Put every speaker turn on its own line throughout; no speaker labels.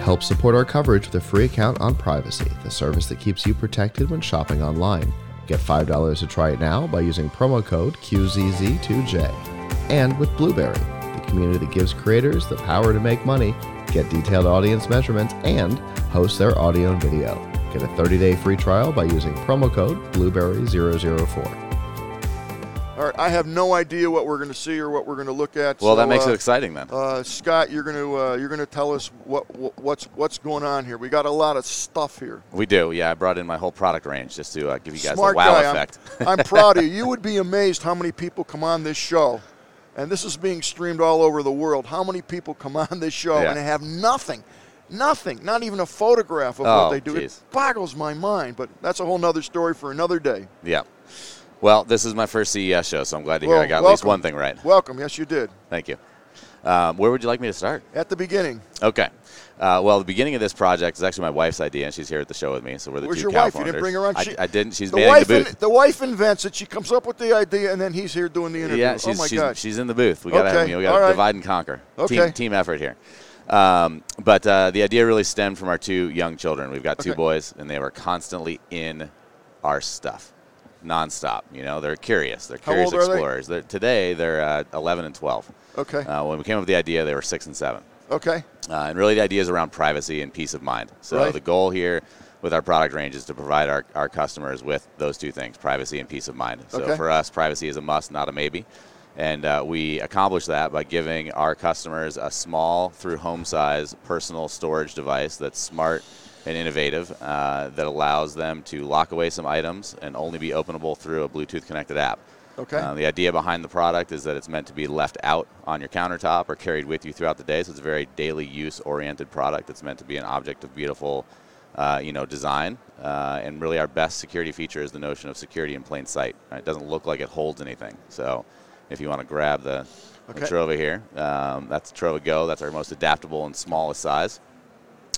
Help support our coverage with a free account on Privacy, the service that keeps you protected when shopping online. Get $5 to try it now by using promo code QZZ2J. And with Blueberry, the community that gives creators the power to make money, get detailed audience measurements, and host their audio and video. Get a 30 day free trial by using promo code Blueberry004.
All right, I have no idea what we're going to see or what we're going to look at.
Well,
so,
that makes
uh,
it exciting then.
Uh, Scott, you're going to uh, you're going to tell us what, what what's what's going on here. We got a lot of stuff here.
we do. Yeah, I brought in my whole product range just to uh, give you guys
Smart
a wow
guy. I'm-
effect.
I'm, proud of you. You would be amazed how many people come on this show, and this is being streamed all over the world. How many people come on this show
Yeah.
and have nothing, nothing, not even a photograph of what
Oh,
they do?
geez.
It boggles my mind, but that's a whole nother story for another day.
yeah. Well, this is my first CES show, so I'm glad to hear
Well,
I got at least
welcome.
one thing right.
Welcome. Yes, you did
Thank you. Um, where would you like me to start?
at the beginning.
Okay. Uh, well, the beginning of this project is actually my wife's idea, and she's here at the show with me. So we're the
Where's
two
your wife? You
co-founders.
didn't bring her on.
I,
She-
I didn't. She's
The
manning
wife,
the
in,
booth.
the wife invents it. She comes up with the idea, and then he's here doing the interview.
Yeah, she's,
oh my
she's,
God!
she's in the booth. We got to
Okay,
you know, we
all
got
right.
to divide and conquer.
Okay.
Team, team effort here. Um, but uh, the idea really stemmed from our two young children. We've got two
Okay.
boys, and they were constantly in our stuff, nonstop. You know, they're curious. They're
How
curious
old are they?
explorers. They're, today, they're uh, 11 and 12.
okay,
Uh, when we came up with the idea, they were six and seven.
okay,
Uh, and really, the idea is around privacy and peace of mind. So,
Right.
the goal here with our product range is to provide our, our customers with those two things privacy and peace of mind. So,
Okay.
for us, privacy is a must, not a maybe. And uh, we accomplish that by giving our customers a small, through home size, personal storage device that's smart and innovative uh, that allows them to lock away some items and only be openable through a Bluetooth connected app.
okay.
Uh, the idea behind the product is that it's meant to be left out on your countertop or carried with you throughout the day. So it's a very daily use oriented product. It's meant to be an object of beautiful, uh, you know, design. Uh, and really, our best security feature is the notion of security in plain sight. right? It doesn't look like it holds anything. So if you want to grab the,
Okay.
the Trova here, um, that's Trova Go. That's our most adaptable and smallest size,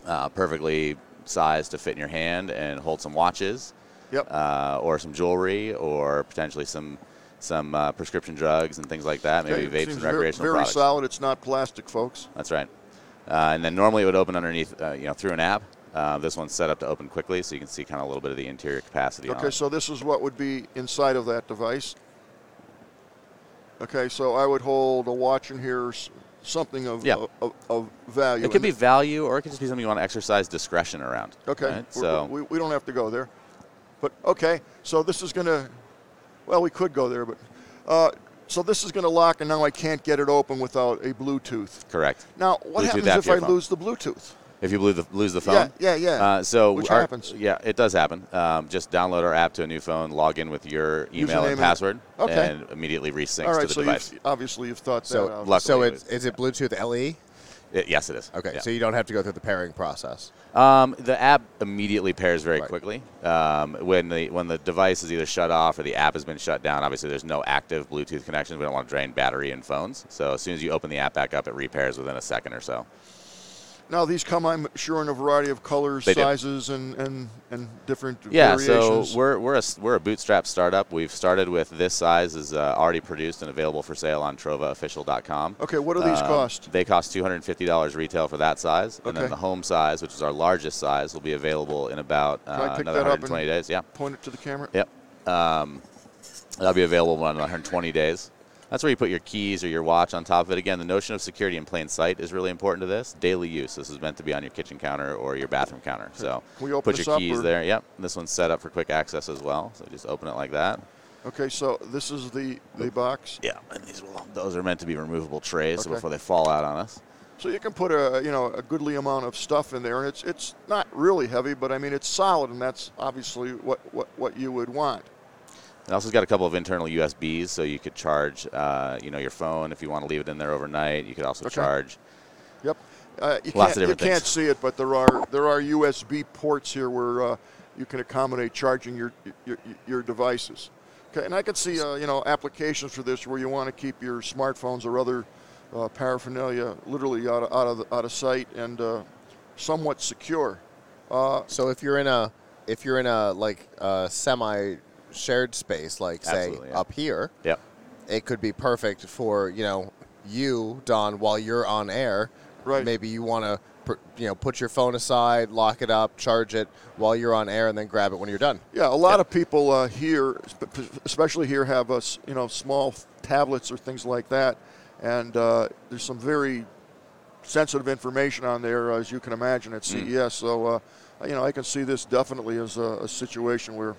uh, perfectly sized to fit in your hand and hold some watches
yep.
uh, or some jewelry, or potentially some some uh, prescription drugs and things like that.
Okay,
Maybe vapes
seems
and
very-
recreational
very,
products.
solid. It's not plastic, folks.
That's right. Uh, and then normally it would open underneath, uh, you know, through an app. Uh, this one's set up to open quickly, so you can see kind of a little bit of the interior capacity. on
Okay,
it.
so this is what would be inside of that device. Okay, so I would hold a watch in here, s- something of
Yeah.
of, of, of value.
it could be value, or it could just be something you want to exercise discretion around.
okay.
right?
we're-
So
we, we don't have to go there, but okay. So this is gonna. Well, we could go there, but uh, so this is gonna lock, and now I can't get it open without a Bluetooth.
correct.
Now, what
Bluetooth
happens
app
if
to
I
your phone.
lose the Bluetooth?
If you lose the, lose the
Yeah,
phone.
yeah, yeah.
Uh, so
Which
our-
happens.
Yeah, it does happen. Um, just download our app to a new phone, log in with your email
Username
and
and-
password,
Okay.
and immediately resyncs
All
to
right,
the
so
device.
you've, obviously you've thought that
So,
out.
luck-
so
Luckily,
it's, is it Bluetooth LE?
It- yes, it is.
Okay,
Yeah.
so you don't have to go through the pairing process.
Um, the app immediately pairs very
Right.
quickly. Um, when the when the device is either shut off or the app has been shut down, obviously there's no active Bluetooth connection. We don't want to drain battery in phones. So as soon as you open the app back up, it repairs within a second or so.
Now these come, I'm sure, in a variety of colors,
They do.
sizes, and, and, and different
Yeah,
variations.
so we're, we're, a, s- we're a bootstrap startup. We've started with this size is uh, already produced and available for sale on trovaofficial.com.
okay, what do these
Um,
cost?
They cost $250 retail for that size. And
Okay.
then the home size, which is our largest size, will be available in about
I
uh,
pick
another
that up and-
120 days. Yeah.
Point it to the camera.
Yep. Um, that'll be available in 120 days. That's where you put your keys or your watch on top of it. Again, the notion of security in plain sight is really important to this. Daily use. This is meant to be on your kitchen counter or your bathroom counter. So
Can we open
put
this
your
up,
keys
or-
there. Yep. This one's set up for quick access as well. So just open it like that.
Okay, so this is the, the box.
Yeah. And these will, those are meant to be removable trays so
Okay.
before they fall out on us.
So you can put a you know a goodly amount of stuff in there, and it's it's not really heavy, but I mean it's solid, and that's obviously what what, what you would want.
It also got a couple of internal USBs, so you could charge, uh, you know, your phone if you want to leave it in there overnight. You could also
Okay.
charge
Yep. Uh, you can't,
Lots of
you
different things.
can't see it, but there are there are USB ports here where uh, you can accommodate charging your your, your devices. Okay, and I can see uh, you know applications for this where you want to keep your smartphones or other uh, paraphernalia literally out of out of, out of sight and uh, somewhat secure. Uh,
So if you're in a if you're in a like a semi shared space, like say
Absolutely, yeah.
up here,
Yep.
it could be perfect for you know you Don while you're on air.
Right.
Maybe you want to
pr- you know, put your phone aside, lock it up, charge it while you're on air, and then grab it when you're done.
Yeah, a lot of people uh, here, sp- especially here, have us you know small tablets or things like that, and uh, there's some very sensitive information on there, as you can imagine, at CES. So, uh, you know, I can see this definitely as a, a situation where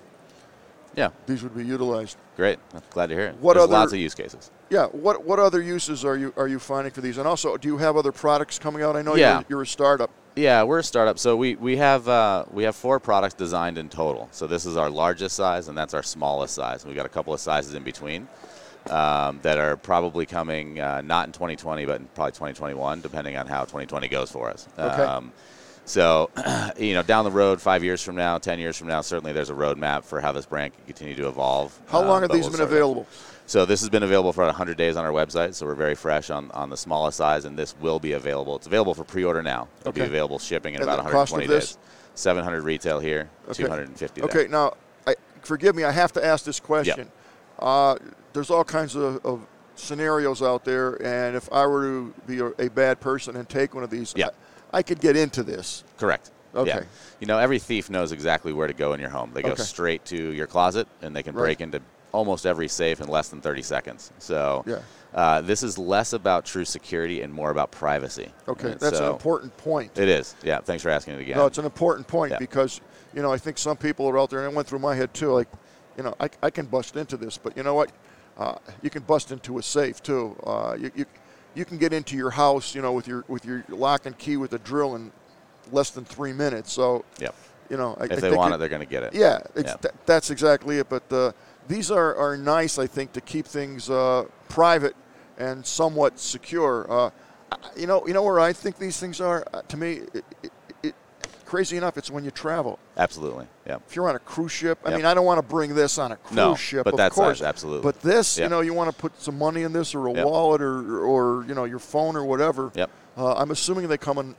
Yeah,
these would be utilized.
great. I'm glad to hear it.
What
There's
other-
lots of use cases.
Yeah. What what other uses are you are you finding for these? And also, do you have other products coming out? I know
Yeah.
you're, you're a startup.
Yeah, we're a startup, so we we have uh, we have four products designed in total. So this is our largest size, and that's our smallest size. We've got a couple of sizes in between um, that are probably coming uh, not in 2020, but in probably 2021, depending on how 2020 goes for us. Um,
Okay.
so, you know, down the road, five years from now, ten years from now, certainly there's a roadmap for how this brand can continue to evolve.
How
um,
long have
but
these
we'll
been
start-
available?
so this has been available for 100 days on our website, so we're very fresh on, on the smallest size, and this will be available. It's available for pre-order now. It'll be
Okay.
available shipping in
And
about
the cost of
120
this?
days. 700 retail here,
Okay.
250
Okay.
there.
Now, I, forgive me. I have to ask this question. Uh, there's all kinds of, of scenarios out there, and if I were to be a, a bad person and take one of these,
Yeah.
I, I could get into this.
Correct.
Okay.
Yeah. You know, every thief knows exactly where to go in your home. They go
Okay.
straight to your closet, and they can
Right.
break into almost every safe in less than 30 seconds. So
Yeah.
uh, this is less about true security and more about privacy.
Okay,
And
that's an
so-
important point.
It is. Yeah. Thanks for asking it again.
No, it's an important point
Yeah.
because you know I think some people are out there, and it went through my head too. Like, you know, I, I can bust into this, but you know what? Uh, you can bust into a safe too. Uh, you, you you can get into your house, you know, with your with your lock and key with a drill in less than three minutes. So,
Yep.
you know, I, I
If they
think
want
it-
it, they're going to get it.
yeah, it's,
Yeah.
tha- that's exactly it. But uh, these are, are nice, I think, to keep things uh, private and somewhat secure. Uh, I- you know, you know where I think these things are. Uh, to me, it, it, it, crazy enough, it's when you travel.
Absolutely. Yeah.
If you're on a cruise ship, I
Yep.
mean, I don't want to bring this on a cruise
No,
ship,
but
of
that size,
course,
absolutely.
But this, you
Yep.
know, you want to put some money in this, or a
Yep.
wallet, or or you know, your phone, or whatever.
Yep.
Uh, I'm assuming they come in.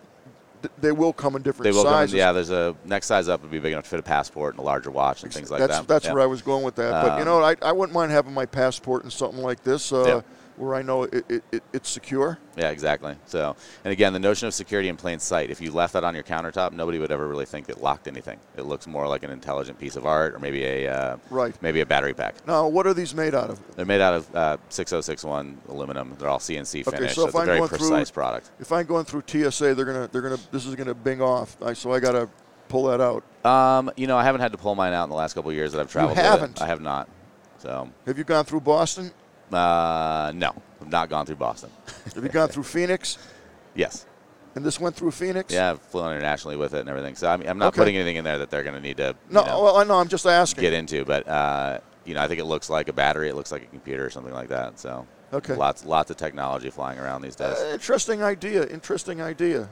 th- They will come in different
They will come in-
sizes.
yeah, there's a next size up would be big enough to fit a passport and a larger watch and things like
that's,
that.
That's
yeah.
where I was going with that. but you
Um,
know, I, I wouldn't mind having my passport and something like this, uh,
Yeah.
where I know it, it, it, it's secure.
Yeah, exactly. So, and again, the notion of security in plain sight. If you left that on your countertop, nobody would ever really think it locked anything. It looks more like an intelligent piece of art, or maybe a uh,
Right.
maybe a battery pack.
Now, what are these made out of?
They're made out of uh, 6061 aluminum. They're all CNC
Okay,
finished.
so if
it's a
I'm
very
going through-
precise product.
If I'm going through TSA, they're gonna they're gonna this is gonna bing off. I, so I gotta pull that out.
Um, you know, I haven't had to pull mine out in the last couple of years that I've traveled. with it.
haven't?
I have not. So,
Have you gone through Boston?
uh, no, I've not gone through Boston.
Have you gone through Phoenix?
yes.
And this went through Phoenix?
Yeah, I've flown internationally with it and everything. So I mean, I'm not
Okay.
putting anything in there that they're going to need to
No,
you know,
well, I know. I'm just asking.
get into. But uh, you know, I think it looks like a battery. It looks like a computer or something like that. So
Okay.
lots lots of technology flying around these days.
Uh, interesting idea. Interesting idea.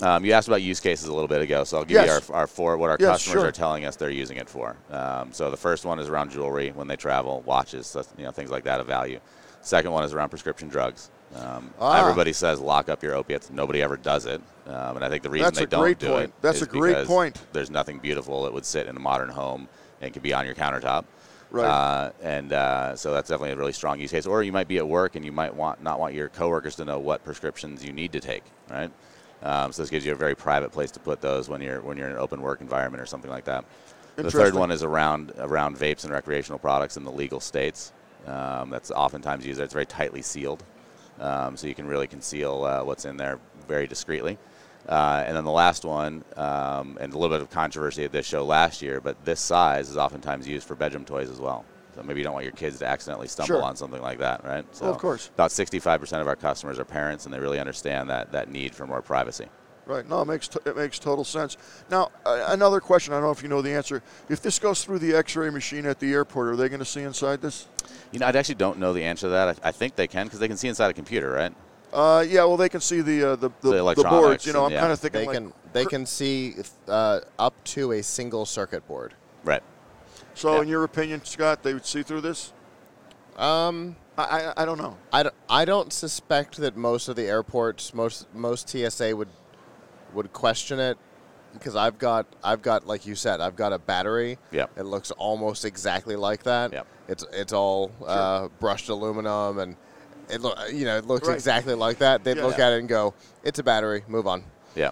Um, you asked about use cases a little bit ago, so I'll give
Yes.
you our, our four what our
Yes,
customers
sure.
are telling us they're using it for. Um, so the first one is around jewelry when they travel, watches, so- you know, things like that of value. Second one is around prescription drugs. Um,
Ah.
Everybody says lock up your opiates. Nobody ever does it, um, and I think the reason
That's
they
a
don't
great
do
point.
it
That's
is
a great
because
point.
There's nothing beautiful that would sit in a modern home and could be on your countertop.
Right.
Uh, and uh, so that's definitely a really strong use case. Or you might be at work and you might want not want your coworkers to know what prescriptions you need to take. Right. Um, so this gives you a very private place to put those when you're when you're in an open work environment or something like that. The third
Interesting.
one is around around vapes and recreational products in the legal states. Um, that's oftentimes used. It's very tightly sealed, um, so you can really conceal uh, what's in there very discreetly. Uh, and then the last one, um, and a little bit of controversy at this show last year, but this size is oftentimes used for bedroom toys as well. So maybe you don't want your kids to accidentally stumble
Sure.
on something like that, right? So
Well, of course.
About 65% of our customers are parents, and they really understand that, that need for more privacy.
Right. No, it makes t- it makes total sense. Now, uh, another question. I don't know if you know the answer. If this goes through the X-ray machine at the airport, are they going to see inside this?
You know, I actually don't know the answer to that. I, I think they can because they can see inside a computer, right?
Uh, yeah. Well, they can see the uh, the,
The
the,
electronics
boards. You know, I'm
and- yeah.
kind of thinking
They
like,
can they can see uh, up to a single circuit board.
Right.
So,
yeah.
in your opinion, Scott, they would see through this?
Um,
I I, I don't know.
I, don't, I don't suspect that most of the airports, most most TSA would would question it because I've got I've got like you said I've got a battery.
Yep.
It looks almost exactly like that.
Yep.
It's it's all uh, brushed aluminum and it lo- you know it looks
Right.
exactly like that. They'd
Yeah.
look at it and go, it's a battery. Move on.
Yeah.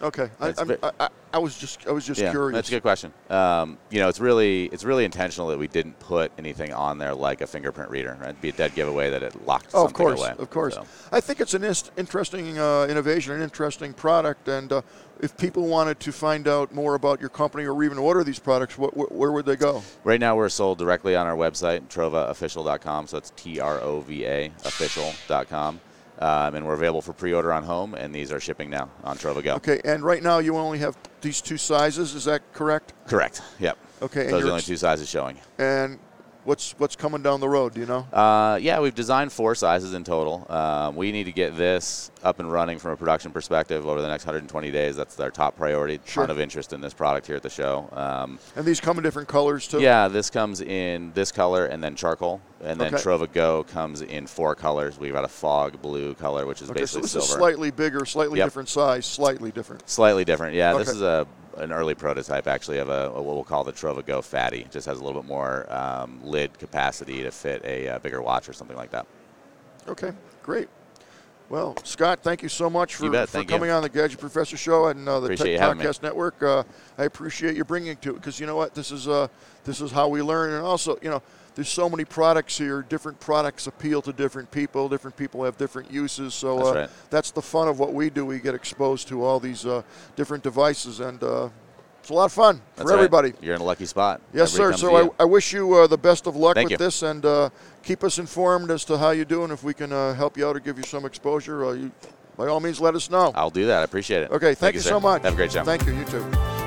Okay, I,
It's
I'm,
ve-
I, I, I was just I was just
yeah,
curious.
That's a good question. Um, you know, it's really it's really intentional that we didn't put anything on there like a fingerprint reader. Right? It'd be a dead giveaway that it locked
Oh,
something
of course,
away.
of course.
So,
I think it's an inst- interesting uh, innovation, an interesting product, and uh, if people wanted to find out more about your company or even order these products, wh- wh- where would they go?
right now we're sold directly on our website, trovaofficial.com. So it's T R O V A official.com. Um, and we're available for pre-order on home, and these are shipping now on Trova Go.
Okay, and right now you only have these two sizes. Is that correct?
Correct. Yep.
Okay, and
Those are
you're
the only two sizes showing.
And what's what's coming down the road? Do you know?
Uh, yeah, we've designed four sizes in total. Um, we need to get this up and running from a production perspective over the next 120 days. That's our top priority.
Sure.
Ton of interest in this product here at the show. Um,
and these come in different colors too.
yeah, this comes in this color and then charcoal, and then
Okay.
Trova Go comes in four colors. We've got a fog blue color, which is
Okay, so
basically
this is
silver.
slightly bigger, slightly
Yep.
different size, slightly different.
Slightly different. Yeah, this
Okay.
is a an early prototype actually of a, a what we'll call the Trova Go Fatty. Just has a little bit more um, lid capacity to fit a, uh bigger watch or something like that.
Okay, great. Well, Scott, thank you so much for,
You bet,
for
thank you.
coming on the Gadget Professor Show and uh, the
Appreciate you
Tech
having me.
Podcast Network. Uh, I appreciate you bringing to it because you know what, this is uh, this is how we learn, and also you know, there's so many products here. Different products appeal to different people. Different people have different uses. So
That's
uh,
right.
that's the fun of what we do. We get exposed to all these uh, different devices, and uh, it's a lot of fun
That's
for
right.
everybody.
You're in a lucky spot.
Yes,
Everybody
sir.
comes to
So
you.
I, I wish you uh, the best of luck
Thank
with
you.
this, and uh, keep us informed as to how you do, and if we can uh, help you out or give you some exposure, uh, you, by all means, let us know.
I'll do that. I appreciate it.
Okay, thank, you so
sir.
much.
Have a great show.
Thank you. You too.